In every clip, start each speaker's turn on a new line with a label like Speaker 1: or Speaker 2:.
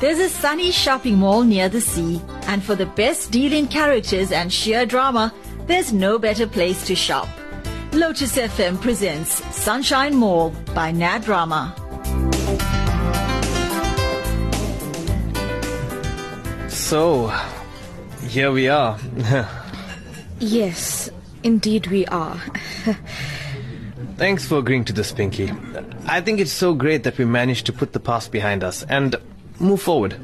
Speaker 1: There's a sunny shopping mall near the sea, and for the best deal in characters and sheer drama, there's no better place to shop. Lotus FM presents Sunshine Mall by Nad Rama.
Speaker 2: So, here we are.
Speaker 3: Yes, indeed we are.
Speaker 2: Thanks for agreeing to this, Pinky. I think it's so great that we managed to put the past behind us and move forward.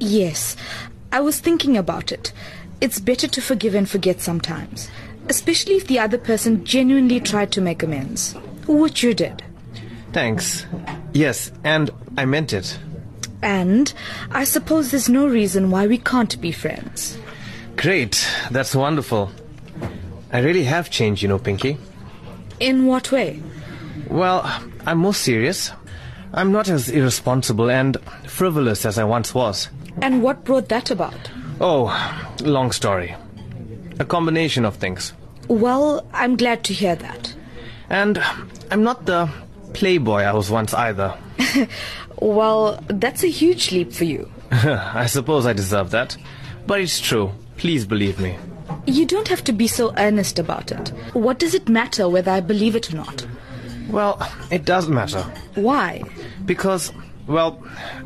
Speaker 3: Yes, I was thinking about it. It's better to forgive and forget sometimes, especially if the other person genuinely tried to make amends, which you did.
Speaker 2: Thanks. Yes, and I meant it.
Speaker 3: And I suppose there's no reason why we can't be friends.
Speaker 2: Great. That's wonderful. I really have changed, you know, Pinky.
Speaker 3: In what way?
Speaker 2: Well, I'm more serious. I'm not as irresponsible and frivolous as I once was.
Speaker 3: And what brought that about?
Speaker 2: Oh, long story. A combination of things.
Speaker 3: Well, I'm glad to hear that.
Speaker 2: And I'm not the playboy I was once either.
Speaker 3: Well, that's a huge leap for you.
Speaker 2: I suppose I deserve that. But it's true. Please believe me.
Speaker 3: You don't have to be so earnest about it. What does it matter whether I believe it or not?
Speaker 2: Well, it does matter.
Speaker 3: Why?
Speaker 2: Because, well,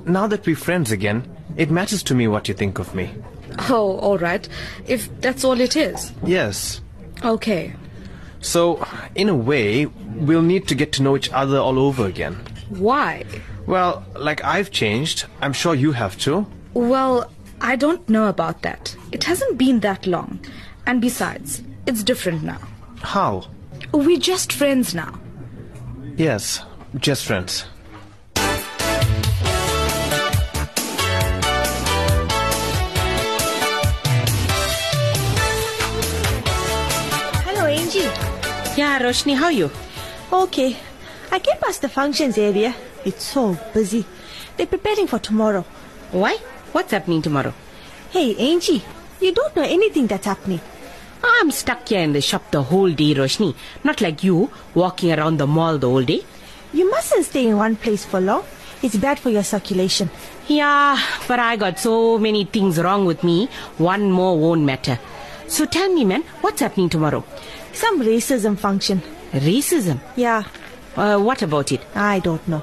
Speaker 2: now that we're friends again, it matters to me what you think of me.
Speaker 3: Oh, all right. If that's all it is.
Speaker 2: Yes.
Speaker 3: Okay.
Speaker 2: So, in a way, we'll need to get to know each other all over again.
Speaker 3: Why?
Speaker 2: Well, like I've changed, I'm sure you have too.
Speaker 3: Well, I don't know about that. It hasn't been that long. And besides, it's different now.
Speaker 2: How?
Speaker 3: We're just friends now.
Speaker 2: Yes, just friends.
Speaker 4: Hello, Angie.
Speaker 5: Yeah, Roshni, how are you?
Speaker 4: Okay, I came past the functions area. It's so busy. They're preparing for tomorrow.
Speaker 5: Why? What's happening tomorrow?
Speaker 4: Hey, Angie, you don't know anything that's happening.
Speaker 5: I'm stuck here in the shop the whole day, Roshni. Not like you, walking around the mall the whole day.
Speaker 4: You mustn't stay in one place for long. It's bad for your circulation.
Speaker 5: Yeah, but I got so many things wrong with me. One more won't matter. So tell me, man, what's happening tomorrow?
Speaker 4: Some racism function.
Speaker 5: Racism?
Speaker 4: Yeah,
Speaker 5: Uh, what about it?
Speaker 4: I don't know.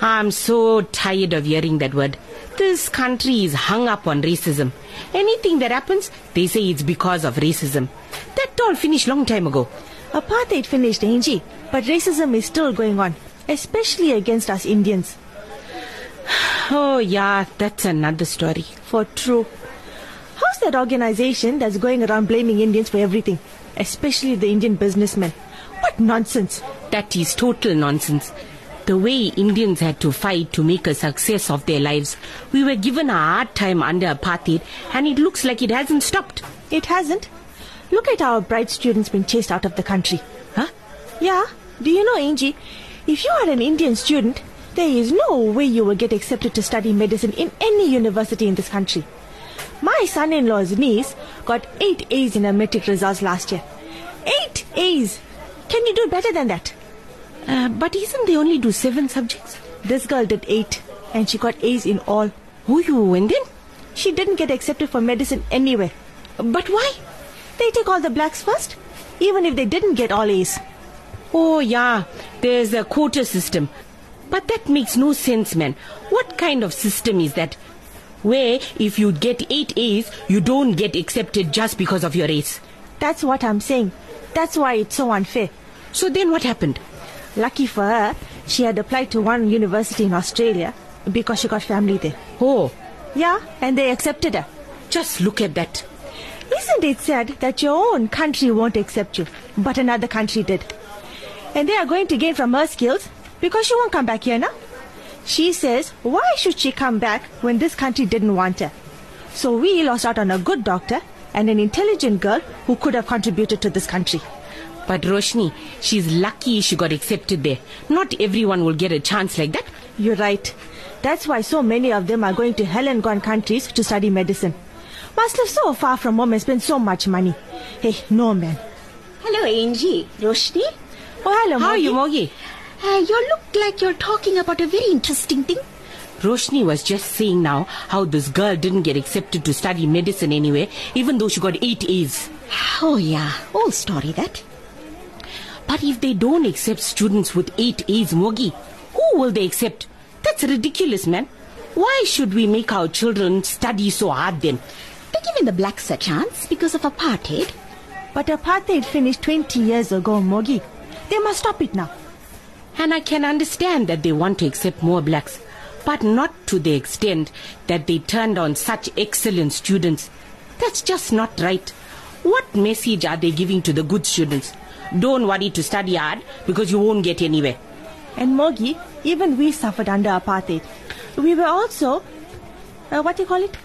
Speaker 5: I'm so tired of hearing that word. This country is hung up on racism. Anything that happens, they say it's because of racism. That all finished long time ago.
Speaker 4: Apartheid finished, Angie, but racism is still going on, especially against us Indians.
Speaker 5: Oh, yeah, that's another story.
Speaker 4: For true. How's that organization that's going around blaming Indians for everything, especially the Indian businessmen? What nonsense!
Speaker 5: That is total nonsense. The way Indians had to fight to make a success of their lives, we were given a hard time under apartheid, and it looks like it hasn't stopped.
Speaker 4: It hasn't. Look at our bright students being chased out of the country.
Speaker 5: Huh?
Speaker 4: Yeah, do you know, Angie? If you are an Indian student, there is no way you will get accepted to study medicine in any university in this country. My son in law's niece got 8 A's in her metric results last year. 8 A's! Can you do better than that?
Speaker 5: Uh, but isn't they only do seven subjects?
Speaker 4: This girl did 8 and she got A's in all.
Speaker 5: Oh, you and then?
Speaker 4: She didn't get accepted for medicine anywhere.
Speaker 5: But why?
Speaker 4: They take all the blacks first, even if they didn't get all A's.
Speaker 5: Oh, yeah, there's a quota system. But that makes no sense, man. What kind of system is that? Where if you get eight A's, you don't get accepted just because of your race.
Speaker 4: That's what I'm saying. That's why it's so unfair.
Speaker 5: So then what happened?
Speaker 4: Lucky for her, she had applied to one university in Australia because she got family there.
Speaker 5: Oh,
Speaker 4: Yeah, and they accepted her.
Speaker 5: just look at that.
Speaker 4: Isn't it sad that your own country won't accept you, but another country did? And they are going to gain from her skills because she won't come back here now. She says, why should she come back when this country didn't want her? So we lost out on a good doctor and an intelligent girl who could have contributed to this country.
Speaker 5: But Roshni, she's lucky she got accepted there. Not everyone will get a chance like that.
Speaker 4: You're right. That's why so many of them are going to hell and gone countries to study medicine. Must live so far from home and spend so much money. Hey, no man.
Speaker 6: Hello, Angie. Roshni?
Speaker 4: Oh, hello,
Speaker 5: How are you,
Speaker 4: Mogi.
Speaker 5: Mogi?
Speaker 6: Uh, you look like you're talking about a very interesting thing.
Speaker 5: Roshni was just saying now how this girl didn't get accepted to study medicine anyway, even though she got eight A's.
Speaker 6: Oh, yeah. Old story, that.
Speaker 5: But if they don't accept students with eight A's, Mogi, who will they accept? That's ridiculous, man. Why should we make our children study so hard then?
Speaker 6: They're giving the blacks a chance because of apartheid.
Speaker 4: But apartheid finished 20 years ago, Mogi. They must stop it now.
Speaker 5: And I can understand that they want to accept more blacks, but not to the extent that they turned on such excellent students. That's just not right. What message are they giving to the good students? Don't worry to study hard because you won't get anywhere.
Speaker 4: And Mogi, even we suffered under apartheid. We were also, uh, what do you call it?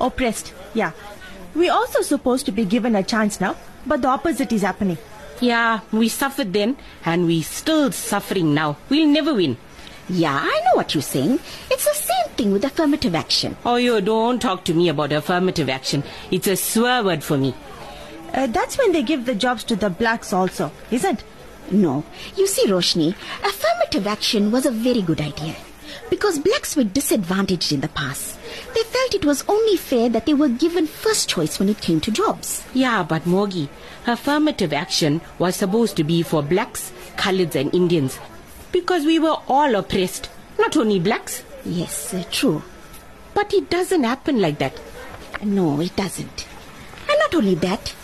Speaker 4: Oppressed, yeah. We're also supposed to be given a chance now, but the opposite is happening.
Speaker 5: Yeah, we suffered then and we still suffering now. We'll never win.
Speaker 6: Yeah, I know what you're saying. It's the same thing with affirmative action.
Speaker 5: Oh, you don't talk to me about affirmative action. It's a swear word for me.
Speaker 4: Uh, that's when they give the jobs to the blacks also, isn't?
Speaker 6: No. You see, Roshni, affirmative action was a very good idea. Because blacks were disadvantaged in the past. They felt it was only fair that they were given first choice when it came to jobs.
Speaker 5: Yeah, but Mogi, affirmative action was supposed to be for blacks, coloreds, and Indians. Because we were all oppressed, not only blacks.
Speaker 6: Yes, uh, true.
Speaker 5: But it doesn't happen like that.
Speaker 6: No, it doesn't. And not only that,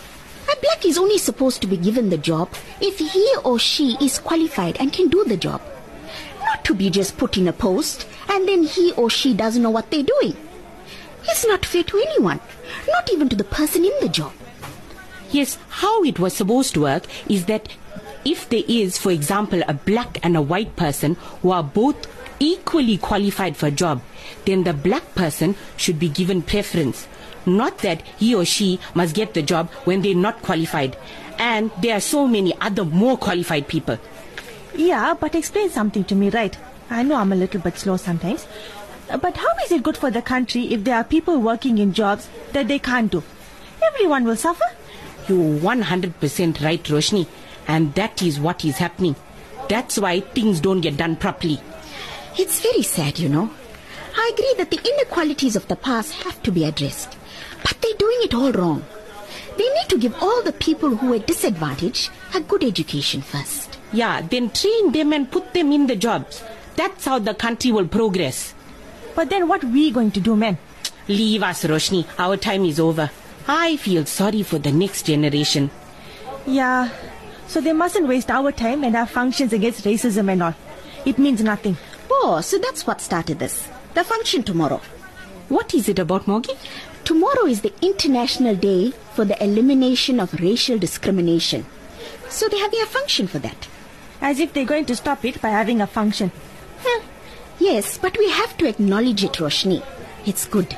Speaker 6: a black is only supposed to be given the job if he or she is qualified and can do the job. Not to be just put in a post and then he or she doesn't know what they're doing. It's not fair to anyone, not even to the person in the job.
Speaker 5: Yes, how it was supposed to work is that if there is, for example, a black and a white person who are both equally qualified for a job, then the black person should be given preference. Not that he or she must get the job when they're not qualified. And there are so many other more qualified people.
Speaker 4: Yeah, but explain something to me, right? I know I'm a little bit slow sometimes. Uh, But how is it good for the country if there are people working in jobs that they can't do? Everyone will suffer.
Speaker 5: You're 100% right, Roshni. And that is what is happening. That's why things don't get done properly.
Speaker 6: It's very sad, you know. I agree that the inequalities of the past have to be addressed, but they're doing it all wrong. They need to give all the people who were disadvantaged a good education first.
Speaker 5: Yeah, then train them and put them in the jobs. That's how the country will progress.
Speaker 4: But then what we going to do, man?
Speaker 5: Leave us, Roshni. Our time is over. I feel sorry for the next generation.
Speaker 4: Yeah, so they mustn't waste our time and our functions against racism and all. It means nothing.
Speaker 6: Oh, so that's what started this. The function tomorrow.
Speaker 5: What is it about, Mogi?
Speaker 6: Tomorrow is the International Day for the Elimination of Racial Discrimination. So they're having a function for that.
Speaker 4: As if they're going to stop it by having a function.
Speaker 6: Huh. Yes, but we have to acknowledge it, Roshni. It's good.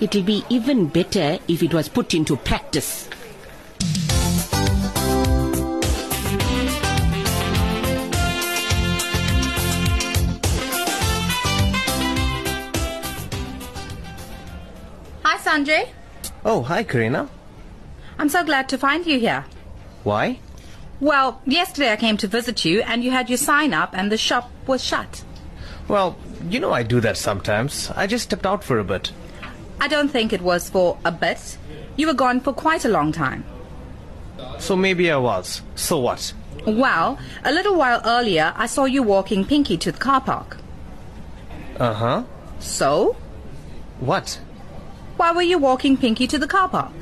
Speaker 5: It'll be even better if it was put into practice.
Speaker 7: Hi, Sanjay.
Speaker 2: Oh, hi, Karina.
Speaker 7: I'm so glad to find you here.
Speaker 2: Why?
Speaker 7: Well, yesterday I came to visit you and you had your sign up and the shop was shut.
Speaker 2: Well, you know I do that sometimes. I just stepped out for a bit.
Speaker 7: I don't think it was for a bit. You were gone for quite a long time.
Speaker 2: So maybe I was. So what?
Speaker 7: Well, a little while earlier I saw you walking Pinky to the car park.
Speaker 2: Uh huh.
Speaker 7: So,
Speaker 2: What?
Speaker 7: why were you walking Pinky to the car park?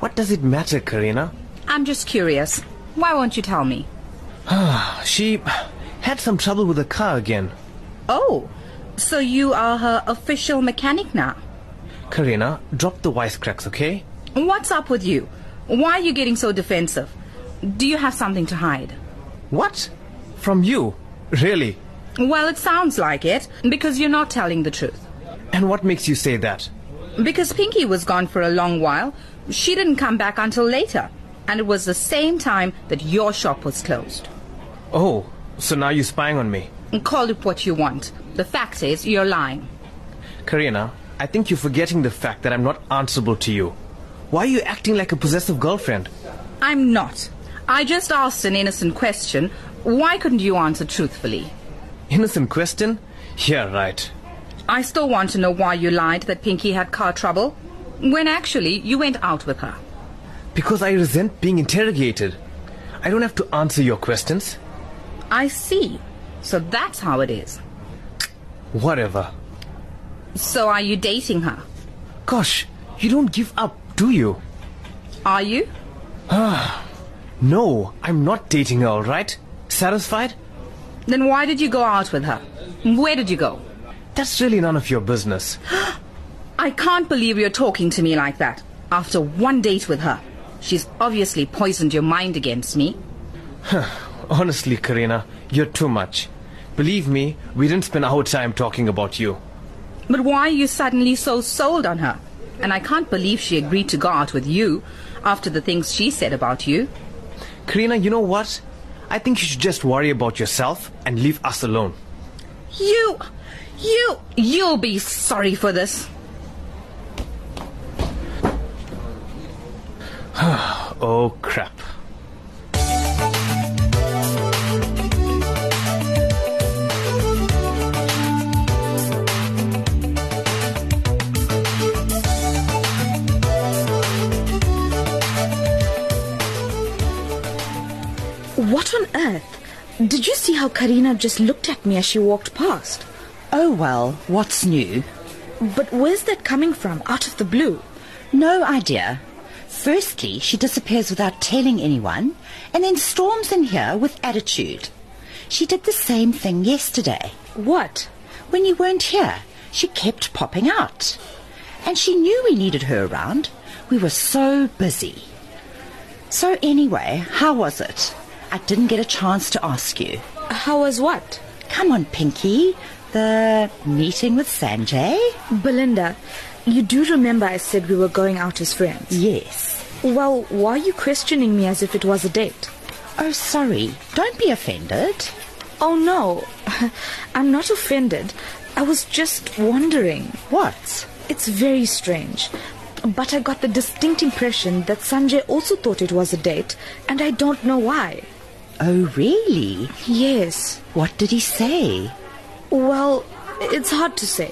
Speaker 2: What does it matter, Karina?
Speaker 7: I'm just curious. Why won't you tell me?
Speaker 2: Ah, She had some trouble with the car again.
Speaker 7: Oh, so you are her official mechanic now.
Speaker 2: Karina, drop the wisecracks, okay?
Speaker 7: What's up with you? Why are you getting so defensive? Do you have something to hide?
Speaker 2: What? From you? Really?
Speaker 7: Well, it sounds like it, because you're not telling the truth.
Speaker 2: And what makes you say that?
Speaker 7: Because Pinky was gone for a long while, she didn't come back until later, and it was the same time that your shop was closed.
Speaker 2: Oh, so now you're spying on me.
Speaker 7: Call it what you want. The fact is, you're lying.
Speaker 2: Karina, I think you're forgetting the fact that I'm not answerable to you. Why are you acting like a possessive girlfriend?
Speaker 7: I'm not. I just asked an innocent question. Why couldn't you answer truthfully?
Speaker 2: Innocent question? Yeah, right.
Speaker 7: I still want to know why you lied that Pinky had car trouble, when actually you went out with her.
Speaker 2: Because I resent being interrogated. I don't have to answer your questions.
Speaker 7: I see. So that's how it is.
Speaker 2: Whatever.
Speaker 7: So are you dating her?
Speaker 2: Gosh, you don't give up, do you?
Speaker 7: Are you?
Speaker 2: No, I'm not dating her, alright? Satisfied?
Speaker 7: Then why did you go out with her? Where did you go?
Speaker 2: That's really none of your business.
Speaker 7: I can't believe you're talking to me like that. After one date with her, she's obviously poisoned your mind against me.
Speaker 2: Honestly, Karina, you're too much. Believe me, we didn't spend our time talking about you.
Speaker 7: But why are you suddenly so sold on her? And I can't believe she agreed to go out with you after the things she said about you.
Speaker 2: Karina, you know what? I think you should just worry about yourself and leave us alone.
Speaker 7: You, you, you'll be sorry for this.
Speaker 2: Oh, crap.
Speaker 3: What on earth? Did you see how Karina just looked at me as she walked past?
Speaker 5: Oh well, what's new?
Speaker 3: But where's that coming from, out of the blue?
Speaker 8: No idea. Firstly, she disappears without telling anyone, and then storms in here with attitude. She did the same thing yesterday.
Speaker 3: What?
Speaker 8: When you weren't here, she kept popping out. And she knew we needed her around. We were so busy. So, anyway, how was it? I didn't get a chance to ask you.
Speaker 3: How was what?
Speaker 8: Come on, Pinky. The meeting with Sanjay?
Speaker 3: Belinda, you do remember I said we were going out as friends.
Speaker 8: Yes.
Speaker 3: Well, why are you questioning me as if it was a date?
Speaker 8: Oh, sorry. Don't be offended.
Speaker 3: Oh no, I'm not offended. I was just wondering.
Speaker 8: What?
Speaker 3: It's very strange. But I got the distinct impression that Sanjay also thought it was a date, and I don't know why.
Speaker 8: Oh, really?
Speaker 3: Yes.
Speaker 8: What did he say?
Speaker 3: Well, it's hard to say.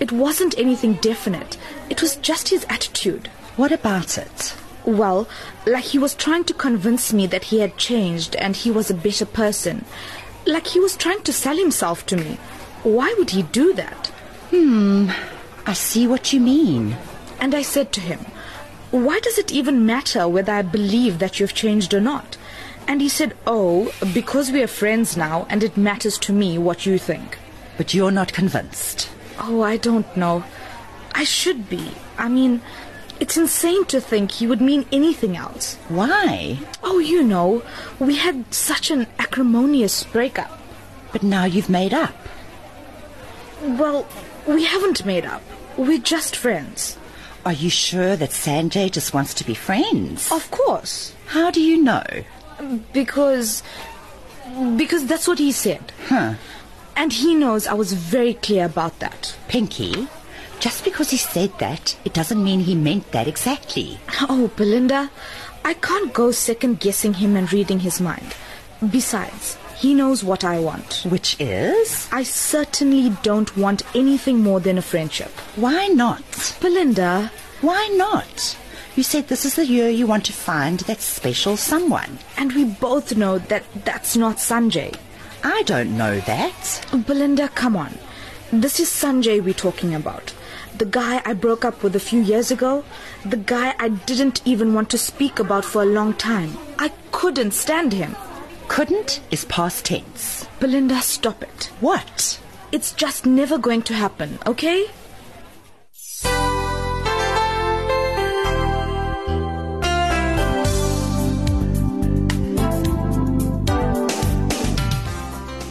Speaker 3: It wasn't anything definite. It was just his attitude.
Speaker 8: What about it?
Speaker 3: Well, like he was trying to convince me that he had changed and he was a better person. Like he was trying to sell himself to me. Why would he do that?
Speaker 8: Hmm, I see what you mean.
Speaker 3: And I said to him, Why does it even matter whether I believe that you've changed or not? And he said, Oh, because we are friends now and it matters to me what you think.
Speaker 8: But you're not convinced.
Speaker 3: Oh, I don't know. I should be. I mean, it's insane to think he would mean anything else.
Speaker 8: Why?
Speaker 3: Oh, you know, we had such an acrimonious breakup.
Speaker 8: But now you've made up.
Speaker 3: Well, we haven't made up. We're just friends.
Speaker 8: Are you sure that Sanjay just wants to be friends?
Speaker 3: Of course.
Speaker 8: How do you know?
Speaker 3: Because. Because that's what he said.
Speaker 8: Huh.
Speaker 3: And he knows I was very clear about that.
Speaker 8: Pinky, just because he said that, it doesn't mean he meant that exactly.
Speaker 3: Oh, Belinda, I can't go second guessing him and reading his mind. Besides, he knows what I want.
Speaker 8: Which is?
Speaker 3: I certainly don't want anything more than a friendship.
Speaker 8: Why not?
Speaker 3: Belinda,
Speaker 8: Why not? You said this is the year you want to find that special someone.
Speaker 3: and we both know that that's not Sanjay.
Speaker 8: I don't know that.
Speaker 3: Belinda, come on. This is Sanjay we're talking about. The guy I broke up with a few years ago. The guy I didn't even want to speak about for a long time. I couldn't stand him.
Speaker 8: Couldn't is past tense.
Speaker 3: Belinda, stop it.
Speaker 8: What?
Speaker 3: It's just never going to happen, okay?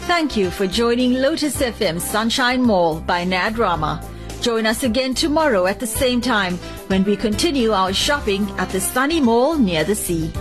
Speaker 1: Thank you for joining Lotus FM Sunshine Mall by Nad Rama. Join us again tomorrow at the same time when we continue our shopping at the sunny mall near the sea.